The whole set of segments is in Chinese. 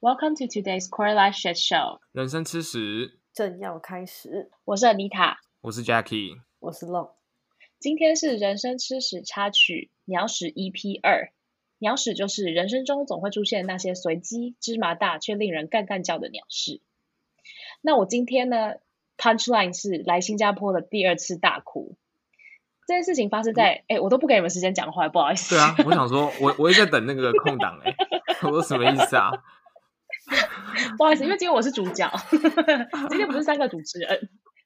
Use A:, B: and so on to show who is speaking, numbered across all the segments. A: Welcome to today's Core Life Shit Show。
B: 人生吃屎，
C: 正要开始，
A: 我是 Anita，
B: 我是 Jackie。
C: 我是 Long。
A: 今天是人生吃屎插曲鸟屎 EP 二。鸟屎就是人生中总会出现那些随机、芝麻大却令人干干叫的鸟事。那我今天呢，punchline 是来新加坡的第二次大哭。这件事情发生在，哎、我都不给你们时间讲话，不好意思。
B: 嗯对啊，我想说，我我也在等那个空档哎、我说什么意思啊？
A: 不好意思，因为今天我是主角， 今天不是三个主持人，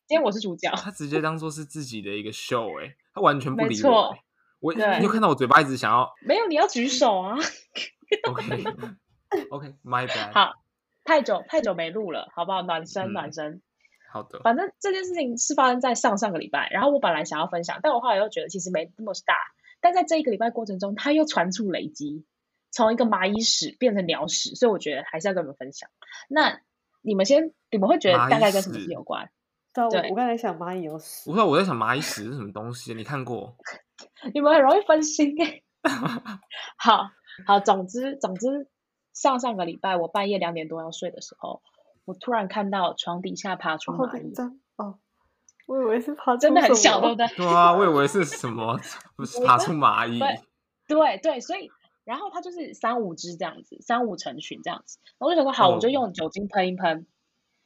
A: 今天我是主角。
B: 他直接当做是自己的一个 show 哎、他完全不
A: 没
B: 理
A: 错
B: 我、欸。我
A: 对
B: 你有看到我嘴巴一直想要
A: 没有，你要举手啊！
B: OK OK my bad
A: 好太久太久没录了，好不好？暖身
B: 嗯
A: 暖身。
B: 好的
A: 反正这件事情是发生在上上个礼拜，然后我本来想要分享，但我后来又觉得其实没那么大。但在这一个礼拜过程中，它又传出累积，从一个蚂蚁屎变成鸟屎，所以我觉得还是要跟你们分享。那你们先，你们会觉得大概跟什么事有关？
C: 对啊，
A: 对
C: 我我刚才想蚂蚁有屎
B: 我，说我在想蚂蚁屎是什么东西，啊你看过？
A: 你们很容易分心欸好好，总之总之，上上个礼拜我半夜两点多要睡的时候，我突然看到床底下爬出
C: 我好
A: 蚂
C: 紧
A: 蚁，
C: 张哦。我以为是爬出
A: 真的很
C: 什
A: 小，对
C: 么
A: 不对？
B: 对啊，我以为是什么，不是爬出蚂蚁。
A: 对对对，所以然后它就是三五只这样子，三五成群这样子。然后我就想说，好，我就
B: 哦
A: 用酒精喷一喷。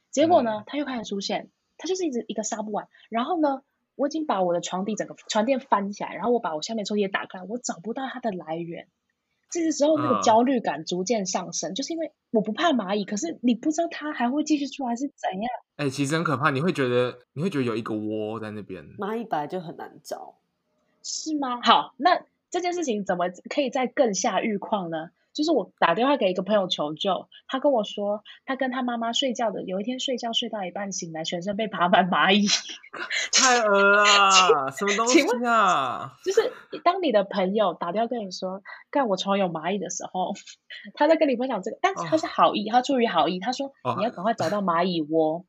A: 结果呢
B: 嗯，
A: 它又开始出现，它就是一直一个杀不完。然后呢，我已经把我的床底整个床垫翻起来，然后我把我下面抽屉也打开，我找不到它的来源。这个时候，那个
B: 嗯
A: 焦虑感逐渐上升，就是因为我不怕蚂蚁，可是你不知道它还会继续出来是怎样。
B: 哎、其实很可怕，你会觉得你会觉得有一个窝在那边。
C: 蚂蚁本来就很难找，
A: 是吗？好，那这件事情怎么可以再更下狱况呢？就是我打电话给一个朋友求救，他跟我说，他跟他妈妈睡觉的，有一天睡觉睡到一半醒来，全身被爬满蚂蚁。
B: 太恶了，什么东西
A: 请
B: 啊？
A: 就是当你的朋友打电话跟你说，干我床有蚂蚁的时候， 他在跟你分享这个，但是他是
C: 哦
A: 好意，他出于好意，他说
B: 哦
A: 你要赶快找 到蚂蚁窝，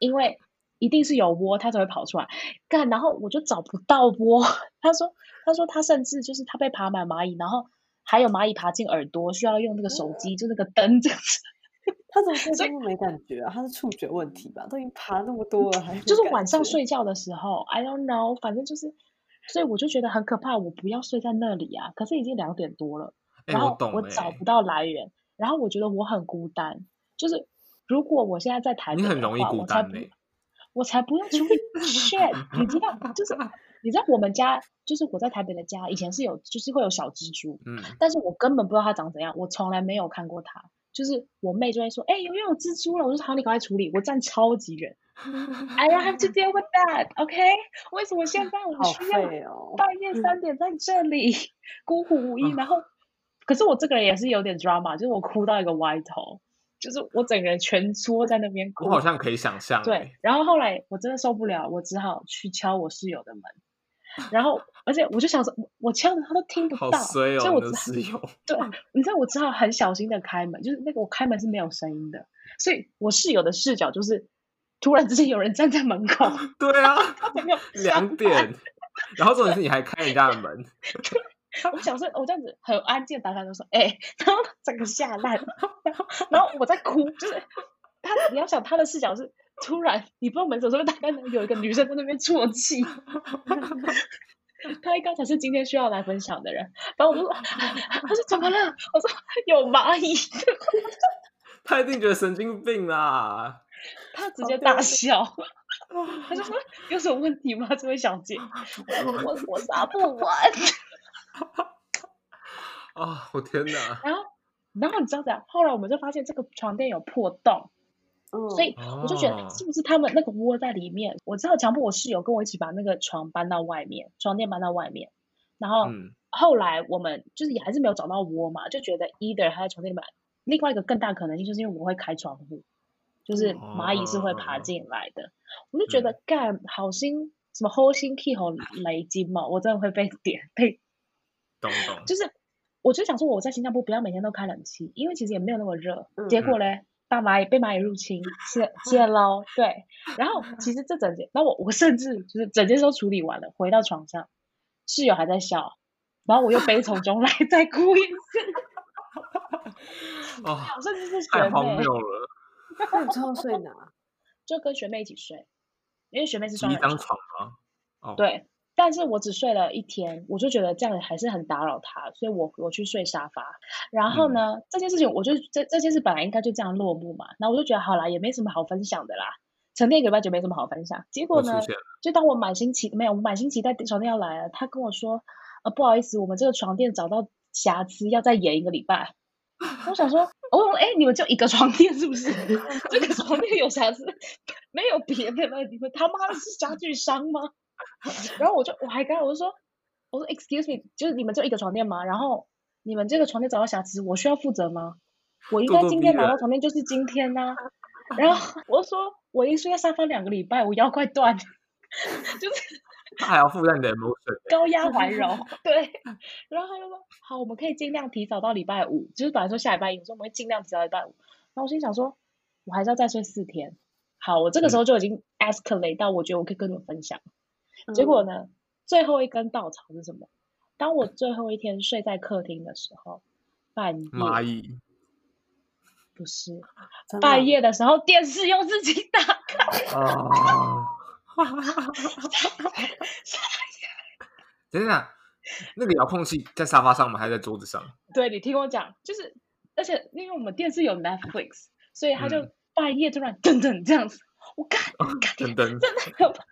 A: 因为一定是有窝，它才会跑出来。干，然后我就找不到窝。他说，他说他甚至就是他被爬满蚂蚁，然后还有蚂蚁爬进耳朵，需要用那个
C: 哦
A: 手机，就那个灯这样子。
C: 它怎么对
A: 所以
C: 动物没感觉啊？它是触觉问题吧？都已经爬那么多了，还没
A: 就是
C: 感
A: 晚上
C: 觉
A: 睡觉的时候，I don't know，反正就是，所以我就觉得很可怕，我不要睡在那里啊。可是已经两点多了。
B: 哎、
A: 然
B: 我
A: 后
B: 懂、哎，
A: 我找不到来源，然后我觉得我很孤单。就是如果我现在在台北
B: 你
A: 的话，
B: 很容易孤
A: 我才
B: 单欸
A: 不
B: 嘞、
A: 我才不用出去 shit，你知道，就是你知道我们家，就是我在台北的家，以前是有，就是会有小蜘蛛，
B: 嗯，
A: 但是我根本不知道它长怎样，我从来没有看过它。就是我妹就会说，哎、有没有蜘蛛了？我就说好，你赶快处理。我站超级远 ，I don't have to deal with that, OK？为什么现在我
C: 好
A: 需要
C: 废哦。
A: 半夜三点在这里孤苦无
B: 嗯
A: 依，然后，可是我这个人也是有点 drama，就是我哭到一个歪头，就是我整个人蜷缩在那边哭
B: 我。好像可以想象、
A: 对
B: 哎，
A: 然后后来我真的受不了，我只好去敲我室友的 门，然后而且我就想说，我我敲的他都听不
B: 好
A: 到，
B: 衰哦，
A: 所以我只
B: 你的
A: 好
B: 室 友。
A: 对，你知道我只好很小心的开门，就是那个我开门是没有声音的，所以我室友的视角就是突然之间有人站在门口，
B: 对啊，
A: 他整个
B: 两点， 然后重点是你还开人家的门，
A: 我想说，我这样子很安静，打开就说，哎、然后整个吓烂，然后我在哭，就是他，你要想他的视角是突然，你不知道门什么时候打开，然后有一个女生在那边啜泣，他应该才是今天需要来分享的人，然后我就说，他说怎么了？我说有蚂蚁，
B: 他一定觉得神经病啦。
A: 他
C: 哦
A: 直接
C: 啊
A: 大笑。他就说：“有什么问题吗，这位小姐？我我我杀不完。”
B: 啊、我天哪！
A: 然后，然后你知道怎样？后来我们就发现这个床垫有破洞，
C: 嗯，
A: 所以 我就觉得哎
B: 哦
A: 是不是他们那个窝在里面？我只好强迫我室友跟我一起把那个床搬到外面，床垫搬到外面。然后
B: 嗯，
A: 后来我们就是也还是没有找到窝嘛，就觉得 either 他在床垫里面，另外一个更大可能性就是因为我会开窗户，就是蚂蚁是会爬
B: 哦嗯
A: 进来的。我就觉得干好心什么齁心 K 吼雷金嘛，我真的会被点被，
B: 懂懂。
A: 就是我就想说我在新加坡不要每天都开冷气，因为其实也没有那么热。
C: 嗯
A: 结果嘞，大蚂蚁被蚂蚁入侵，谢谢喽。对，然后其实这整件，那我我甚至就是整件事都处理完了，回到床上， 室友还在笑，然后我又悲从中来，再哭一次。
B: 哦，
A: 好甚至是学
B: 太荒
A: 妹
B: 谬，了，
C: 那你最后睡哪？
A: 就跟学妹一起睡，因为学妹是
B: 挤
A: 双
B: 一
A: 人
B: 张
A: 床
B: 床吗？哦，，
A: 对，但是我只睡了一天，我就觉得这样还是很打扰他，所以我我去睡沙发。然后呢，这件事情我就这这件事本来应该就这样落幕嘛，然后我就觉得好啦，也没什么好分享的啦，沉淀一个礼拜就没什么好分享。结果
B: 又出
A: 呢，
B: 现了，
A: 就当我满心期没有，我满心期待床垫要来了，他跟我说，呃，不好意思，我们这个床垫找到瑕疵，要再延一个礼拜。我想说，我想说，哎、你们就一个床垫是不是？ 这个床垫有瑕疵，没有别的了，你们他妈的是家具商吗？ 然后我就我还跟他我就说，我说 Excuse me，就是你们就一个床垫吗？然后你们这个床垫找到瑕疵，我需要负责吗？我应
B: 咄
A: 该
B: 咄
A: 今
B: 逼
A: 天拿
B: 人
A: 到床垫就是今天呐、 然后我就说，我一睡在沙发两个礼拜，我腰快断了。
B: 他还要附带你的 emotion，
A: 高压 环绕，对。
B: 嗯
A: 然后他就说：“好，我们可以尽量提早到礼拜五，就是本来说下礼拜一，我说我们会尽量提早到礼拜五。”然后我心想说：“我还是要再睡四天。”好，我这
B: 嗯
A: 个时候就已经 escalate 到我觉得我可以跟你们分享。
B: 嗯
C: 嗯
A: 结果
C: 呢？
A: 呢，最后一根稻草是什么？当我最后一天睡在客厅的时候，半夜
B: 蚂蚁，
A: 不是
C: 真的
B: 嗯
A: 半夜的时候，电视又自己打开，
B: 啊，等等，那个遥控器在沙发上吗？还是在桌子上？
A: 对你听我讲，就是而且因为我们电视有 Netflix，所以他就
B: 嗯
A: 半夜突然噔噔这样子，我干干
B: 等等，
A: 真的很可怕。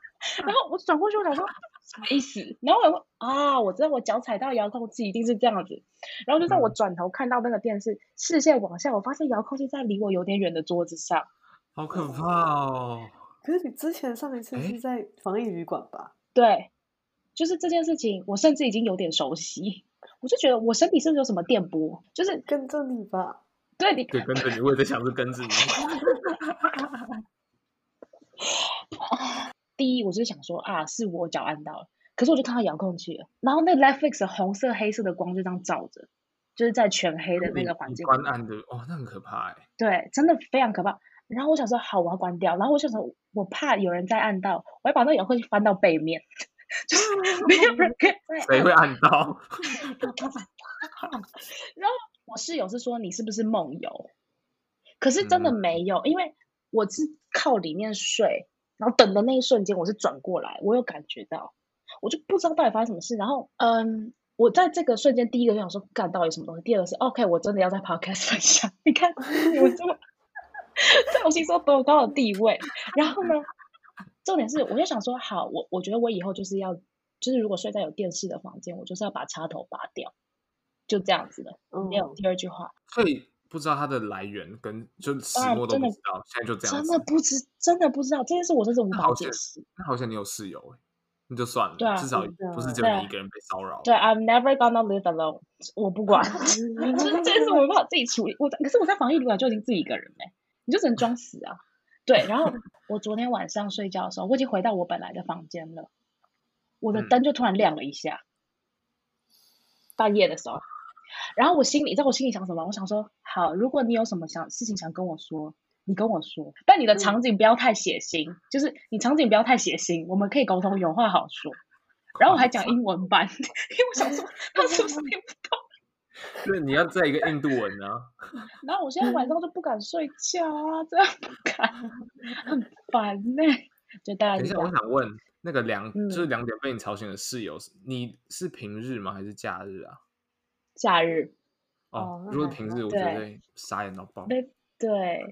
A: 然后我转过去，我想说什么意思？然后我想说啊，我知道我脚踩到遥控器一定是这样子。然后就在我转头看到那个电视，视线往下，我发现遥控器在离我有点远的桌子上。
B: 好可怕 哦！
C: 可是你之前上一次
B: 诶
C: 是在防疫旅馆吧？
A: 对，就是这件事情，我甚至已经有点熟悉。我就觉得我身体是不是有什么电波？就是
C: 跟着你吧，
A: 对你
B: 对，跟着你，我也在想是 跟着你。
A: 第一，我就是想说啊，是我脚按到了，可是我就看到遥控器了，然后那 Netflix 的红色黑色的光就这样照着，就是在全黑的那
B: 你
A: 个环
B: 你
A: 境里
B: 关
A: 面
B: 暗的，哦，那很可怕哎。
A: 对，真的非常可怕。然后我想说，好，我要关掉。然后我想说，我怕有人再按到，我要把那遥控器翻到背面， 就是没
C: 嗯
A: 有人可以再
B: 谁
A: 按。
B: 会按 到？
A: 我室友是说你是不是梦游？可是真的没有，因为我是靠里面睡，然后等的那一瞬间我是转过来，我有感觉到，我就不知道到底发生什么事。然后，嗯，我在这个瞬间，第一个就想说，干到底什么东西？第二个是，OK，我真的要在 podcast 分享。 你看，我这么 在我心中多高的地位。然后呢，重点是，我就想说，好，我我觉得我以后就是要，就是如果睡在有电视的房间，我就是要把插头拔掉，就这样子的。
C: 嗯
A: 没，有第二句话，
B: 所以不知道它的来源跟就始
A: 然
B: 末都
A: 真
B: 不
A: 的
B: 知道，现在就这样
A: 真
B: 子。
A: 的不知真的不知道这件事，我真是无
B: 那
A: 法
B: 好
A: 解
B: 险
A: 释。
B: 那好像你有室友哎，那就算了，
A: 对啊
B: 至少
C: 真的
B: 不是只有
A: 对啊
B: 你一个人被骚扰。
A: 对，I'm never gonna live alone，我不 管，就是 这件事我没办法自己处理。我在可是我在防疫旅馆就已经自己一个人嘞、你就只能装死啊。对，然后我昨天晚上睡觉的时候，我已经回到我本来的房间了，我的
B: 嗯
A: 灯就突然亮了一下，半夜的时候。然后我心里，你知道我心里想什么？我想说，好，如果你有什么想事情想跟我说，你跟我说，但你的场景不要太血腥，就是你场景不要太血腥，我们可以沟通，有话好说。然后我还讲英文版， 因为我想说他是不是听不懂。
B: 对，你要在一个印度文 啊，
A: 然后我现在晚上就不敢睡觉啊，真的不 敢，很烦呢、就大概
B: 等一
A: 是
B: 下，
A: 这
B: 我
A: 样。
B: 想问，那个两
A: 哎嗯
B: 就是两点被你吵醒的室友，你是平日吗？还是假日啊？
A: 假日
C: 哦
B: 哦，
C: 那
B: 如果
C: 还
B: 平
C: 好
B: 日，我觉
A: 对
B: 得傻眼到爆，
A: 对对，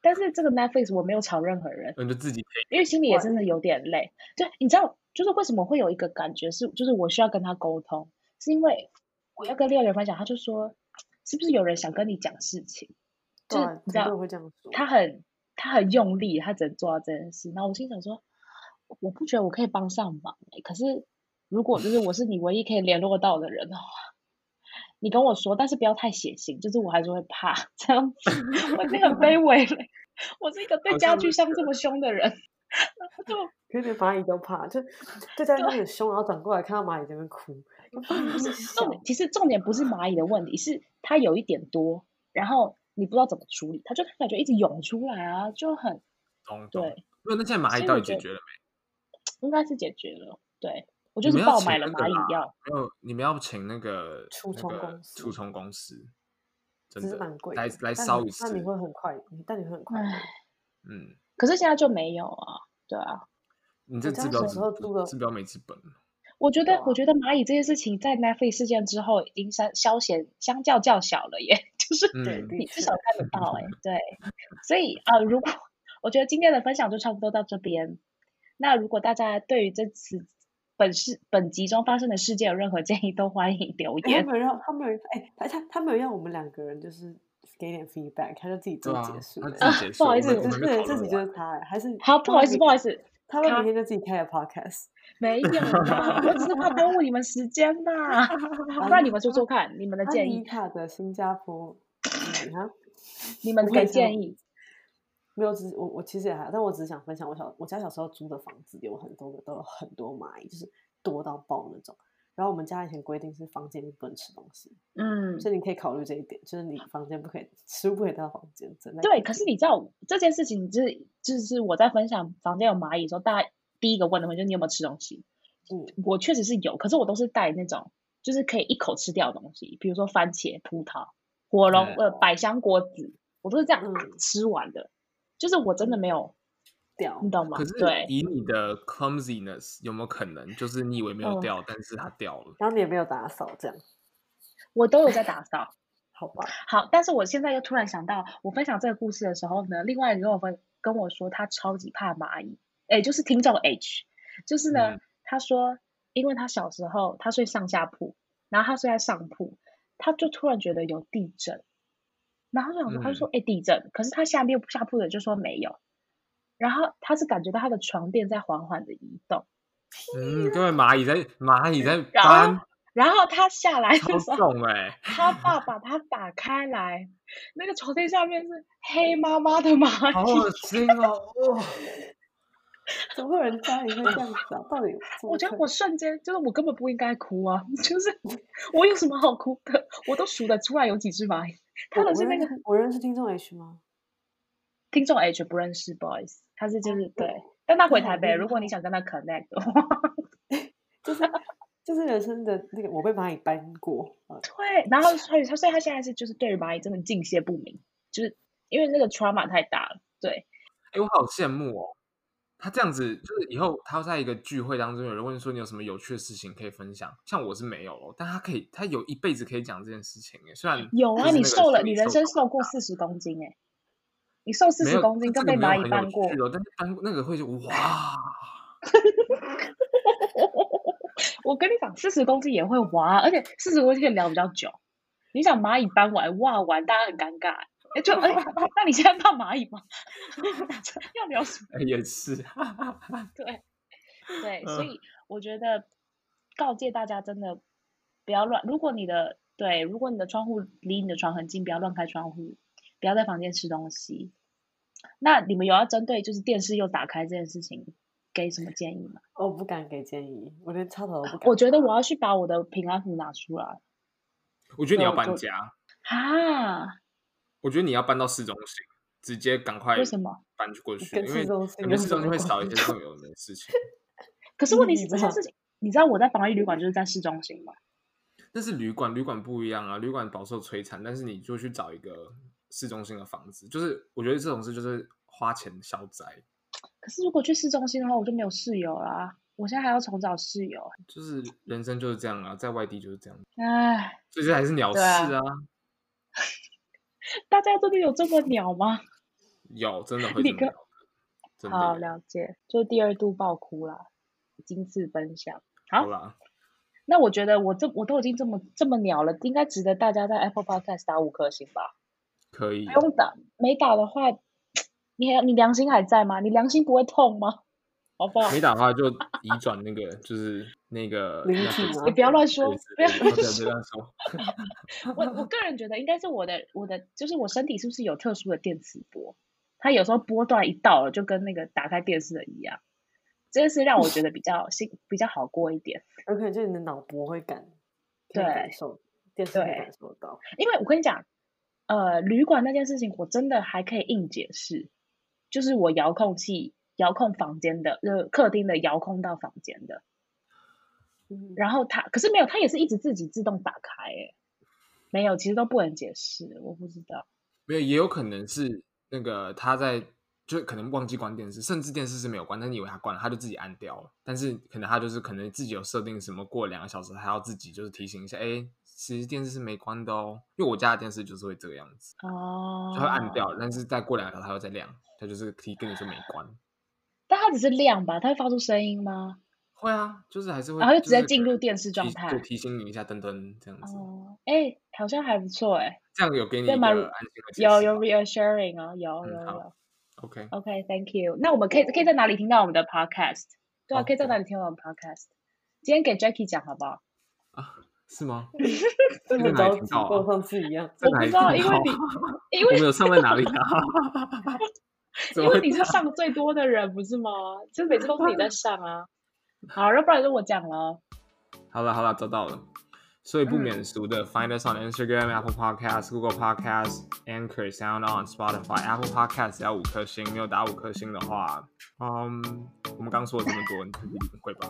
A: 但是这个 Netflix 我没有吵任何人，
B: 那你就自己 take
A: 因为心里也
C: 哇
A: 真的有点累。对，你知道，就是为什么会有一个感觉是，就是我需要跟他沟通，是因为我要跟另外一个人分享，他就说是不是有人想跟你讲事情，就
C: 对
A: 是
C: 啊，
A: 你
C: 很
A: 知
C: 多
A: 道
C: 人会这样说。
A: 他很他很用力，他只能做到这件事。然后我心想说，我不觉得我可以帮上忙、欸、可是如果就是我是你唯一可以联络到的人的话，你跟我说，但是不要太血腥，就是我还是会怕这样 子，我已经很卑微了。我是一个对
B: 好
A: 家
B: 像
A: 具
B: 是
A: 商这么凶的人，然后就
C: 可是连蚂蚁都怕，就对家 那很凶，然后转过来看到蚂蚁在那边哭，不是
A: 重点其实重点不是蚂蚁的问题，是它有一点多，然后你不知道怎么处理，它就感觉一直涌出来啊，就很
B: 懂懂。
A: 对，
B: 那那现在蚂
A: 所
B: 蚁
A: 以
B: 到
A: 我
B: 底解
A: 觉
B: 决了
A: 应该是解决了。对我
B: 你
A: 就
B: 们
A: 是
B: 要
A: 爆
B: 请
A: 买了
B: 那个
A: 蚂蚁
B: 啦
A: 药，
B: 没有？你们要请那个
C: 除
B: 那
C: 虫
B: 个
C: 公司
B: 除虫公司真
C: 只是
B: 的
C: 蛮贵的，
B: 来来
C: 但
B: 烧
C: 你
B: 一次
C: 但，你会很快，但你会很快乐。
A: 唉，
B: 嗯，
A: 可是现在就没有啊，对啊。
B: 你这
C: 我家
B: 治标
C: 小
B: 治
C: 时候住的
B: 治标没治本，
A: 我觉
C: 对
A: 得，
C: 啊
A: 我觉得蚂蚁这件事情在 Netflix 事件之后，已经相消显相较较小了 耶，就是
B: 嗯，
C: 的
A: 你至
C: 确
A: 少看得到哎、对，所以啊、呃如果我觉得今天的分享就差不多到这边，那如果大家对于这次本事本集中发生的事件有任何建议，都欢迎留
C: 哎 他
A: 言。
C: 没有让，他没有，哎，他他他没有让我们两个人就是给点 feedback，他就自己
B: 对
C: 做
B: 啊
C: 结束，
B: 他
C: 了。
B: 自己结束，
A: 不好
B: 我
A: 意思
B: 们我
C: 就
B: 们
C: 是
B: 没有讨
C: 自己
B: 论
C: 就是
B: 完，
C: 他，还是
A: 好，不 好意思，不好意
C: 思，
A: 思，
C: 他会
A: 他
C: 明天就自己开个 podcast，
A: 没有啦，我只是怕耽误你们时间 呐。不然你们说说看，啊你们 的
C: 安
A: 建
C: 妮
A: 议，
C: 塔的新加坡，嗯哈，
A: 你们
C: 我
A: 给
C: 也想
A: 建议。
C: 没有，只是我我其实也还好，但我只是想分享我小我家小时候租的房子有很多的都有很多蚂蚁，就是多到爆那种。然后我们家以前规定是房间不能吃东西，
A: 嗯，
C: 所以你可以考虑这一点，就是你房间不可以食物不可以带到房间，真的
A: 对。可是你知道这件事情，就是就是我在分享房间有蚂蚁的时候，大家第一个问的问题就是你有没有吃东西。
C: 嗯，
A: 我确实是有，可是我都是带那种就是可以一口吃掉的东西，比如说番茄、葡萄、火龙、
B: 嗯
A: 呃百香果籽，我都是这样、
C: 嗯
A: 啊吃完的。就是我真的没有，
C: 掉
A: 你懂吗
B: 可？是
A: 对，
B: 以你的 clumsiness 有没有可能，就是你以为没有
A: 嗯
C: 哦
B: 掉，但是它掉了，
C: 然后你也没有打扫，这样
A: 我都有在打扫。
C: 好 吧？
A: 好，但是我现在又突然想到，我分享这个故事的时候呢，另外一个跟我分跟我说他超级怕蚂蚁，哎，就是听众 H，就是呢，
B: 嗯
A: 他说，因为他小时候他睡上下铺，然后他睡在上铺，他就突然觉得有地震，然后他就想说，他就说，哎、地震，可是他下面下铺的就说没有，然后他是感觉到他的床垫在缓缓的移动，
C: 啊
B: 嗯，因为蚂蚁在蚂蚁在
A: 然后
B: 搬，
A: 然后他下 来
B: 超
A: 的时候，
B: 重哎，
A: 他爸把它打开来，那个床垫下面是黑麻麻的蚂
B: 好
A: 蚁。
B: 恶心哦，哇，
C: 怎么会有人家里会这样子啊？到底怎么
A: 我觉得
C: 可
A: 我瞬间就是我根本不应该哭啊， 就是我有什么好哭的？我都数得出来有几只蚂蚁。他
C: 我
A: 的
C: 我
A: 是那
C: 认
A: 个
C: 识我认识听众 H 吗？
A: 听众 H 不认识，不好意思，他是就是
B: 哦
C: 我
A: 对，但他回
C: 我
A: 台
C: 很
A: 北，
C: 厉
A: 如果你
C: 害
A: 想跟他 connect 的话，
C: 就是就是人生的那个我被蚂蚁搬过啊，
A: 对，然后所以他所以他现在是就是对于蚂蚁真的敬谢不明，就是因为那个 trauma 太大了，对，
B: 哎，我好羡慕哦。他这样子，就是以后他在一个聚会当中，有人问说你有什么有趣的事情可以分享，像我是没有咯，但他可以，他有一辈子可以讲这件事情哎。虽然
A: 有
B: 就
A: 啊，
B: 是
A: 你
B: 那个
A: 瘦了，
B: 心
A: 你
B: 理
A: 人生
B: 受
A: 瘦过四十公斤哎、你瘦四
B: 没
A: 十
B: 有
A: 公斤
B: 这
A: 跟被
B: 个没有
A: 蚂蚁
B: 很有
A: 搬过
B: 趣，哦，但是搬过那个 会就哇，
A: 我跟你讲，四十公斤也会挖，而且四十公斤可以聊比较久。你想蚂蚁搬完哇完，大家很尴尬。哎，就哎，那你现在怕蚂蚁吗？ 要聊什么？
B: 哎也是，
A: 对对，所
B: 嗯
A: 以我觉得告诫大家真的不要乱。如果你的对，如果你的窗户离你的床很近，不要乱开窗户，不要在房间吃东西。那你们有要针对就是电视又打开这件事情给什么建议吗？
C: 我不敢给建议，我连插头都不敢。
A: 我觉得我要去把我的平安符拿出来。
B: 我觉得你
C: 对
B: 要
C: 我
B: 搬
C: 就
B: 家，
A: 啊？
B: 我觉得你要搬到市中心，直接赶快
A: 为什么？
B: 搬去过去，
C: 跟
B: 因
C: 市
B: 为
C: 中心
B: 感
C: 有
B: 觉市
C: 什
B: 中心
C: 么
B: 会少一些
C: 关
B: 这种有的没的事情。
A: 可是问题
C: 嗯
A: 是
C: 你
A: 这
C: 知
A: 件
C: 道
A: 事情，你知道我在防疫旅馆就是在市中心嘛？
B: 但是旅馆旅馆不一样啊，旅馆饱受摧残，但是你就去找一个市中心的房子，就是我觉得这种事就是花钱消灾，
A: 可是如果去市中心的话，我就没有室友啦。我现在还要重找室友，
B: 就是人生就是这样啊，在外地就是这样，
A: 唉，
B: 所以这还是鸟事
A: 对啊
B: 啊，
A: 大家真的有这么鸟吗？
B: 有真的会
A: 你
B: 这么
A: 跟
B: 鸟的，真的
A: 好，
B: 有
A: 了解，就第二度爆哭啦，今次分享。好
B: 好，啦，
A: 那我觉得我这我都已经这么这么鸟了，应该值得大家在 Apple Podcast 打五颗星吧？
B: 可以
A: 不，用打，没打的话，你还你良心还在吗？你良心不会痛吗？好不好？
B: 没打的话就移转那个就是那个
C: 邻
B: 那
C: 居
B: 个
C: 吗
A: 你哎不要乱
B: 对
A: 说，不
B: 对
A: 要
B: 哦对
A: 乱
B: 不要
A: 说。
B: 乱说，
A: 我我个人觉得应该是我的我的，就是我身体是不是有特殊的电磁波？它有时候波段一到了，就跟那个打开电视的一样，这件事让我觉得比较心比较好过一点。
C: 有可能就是你的脑波会感，可
A: 对
C: 以感受电视会
A: 对
C: 感受到。
A: 因为我跟你讲，呃，旅馆那件事情我真的还可以硬解释，就是我遥控器遥控房间的，呃，客厅的遥控到房间的，
C: 嗯，
A: 然后它可是没有，它也是一直自己自动打开、欸，没有，其实都不能解释，我不知道。
B: 没有，也有可能是那个他在，就可能忘记关电视，甚至电视是没有关，但你以为他关了，他就自己按掉了。但是可能他就是可能自己有设定什么，过两个小时还要自己就是提醒一下，哎，其实电视是没关的哦。因为我家的电视就是会这个样子，
A: 哦，
B: 它会按掉，但是再过两个小时它会再亮，它就是提跟你说没关。
A: 但它只是亮吧？它会发出声音吗？
B: 会啊，就是还是会，
A: 然后就
B: 就
A: 直接
B: 是
A: 进
B: 可能
A: 入电视
B: 提
A: 状态
B: 就提醒你一下，噔噔这样子，
A: 哦，哎，好像还不错哎，
B: 这样有给你
A: 对
B: 一个
A: 蛮
B: 安心的解
A: 有
B: 释
A: 有
B: 吧
A: reassuring 哦，有
B: 嗯
A: 有
B: 好
A: 有。
B: OK，
A: OK，Thank you。那我们可以可以在哪里听到我们的 podcast？对啊，
B: 哦
A: 可以在
B: 对
A: 哪里听到我们 podcast？今天给 Jackie 讲好不好？
B: 是吗？
C: 这
B: 在
C: 么
B: 哪里
C: 着
B: 听
C: 急，
B: 到啊
C: 跟我上次一样。
B: 在
A: 我
B: 哪
A: 不
B: 里
A: 知道，
B: 听
A: 因为
B: 到
A: 你
B: 啊
A: 因为
B: 我们有上在哪里 啊？怎
A: 因
B: 么
A: 为
B: 会
A: 你是上最多的人，不是吗？就每次都是你在上啊。好，要不然就我讲了。哦
B: 好了好了，找到了。所
A: 嗯
B: 以不免俗的，find us on Instagram、Apple Podcasts、Google Podcasts、Anchor、Sound On、Spotify、Apple Podcasts 只要五颗星，没有打五颗星的话，嗯，我们刚说了这么多，你自己领会吧。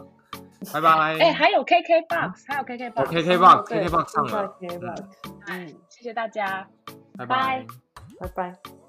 B: 拜拜。
A: 哎、还有 KK Box，还有 KK
B: 哦
A: Box。
B: KK box
C: 对
B: KK box 上了，嗯
C: KK box，
A: 谢谢大家。拜
B: 拜拜。
C: 嗯拜拜。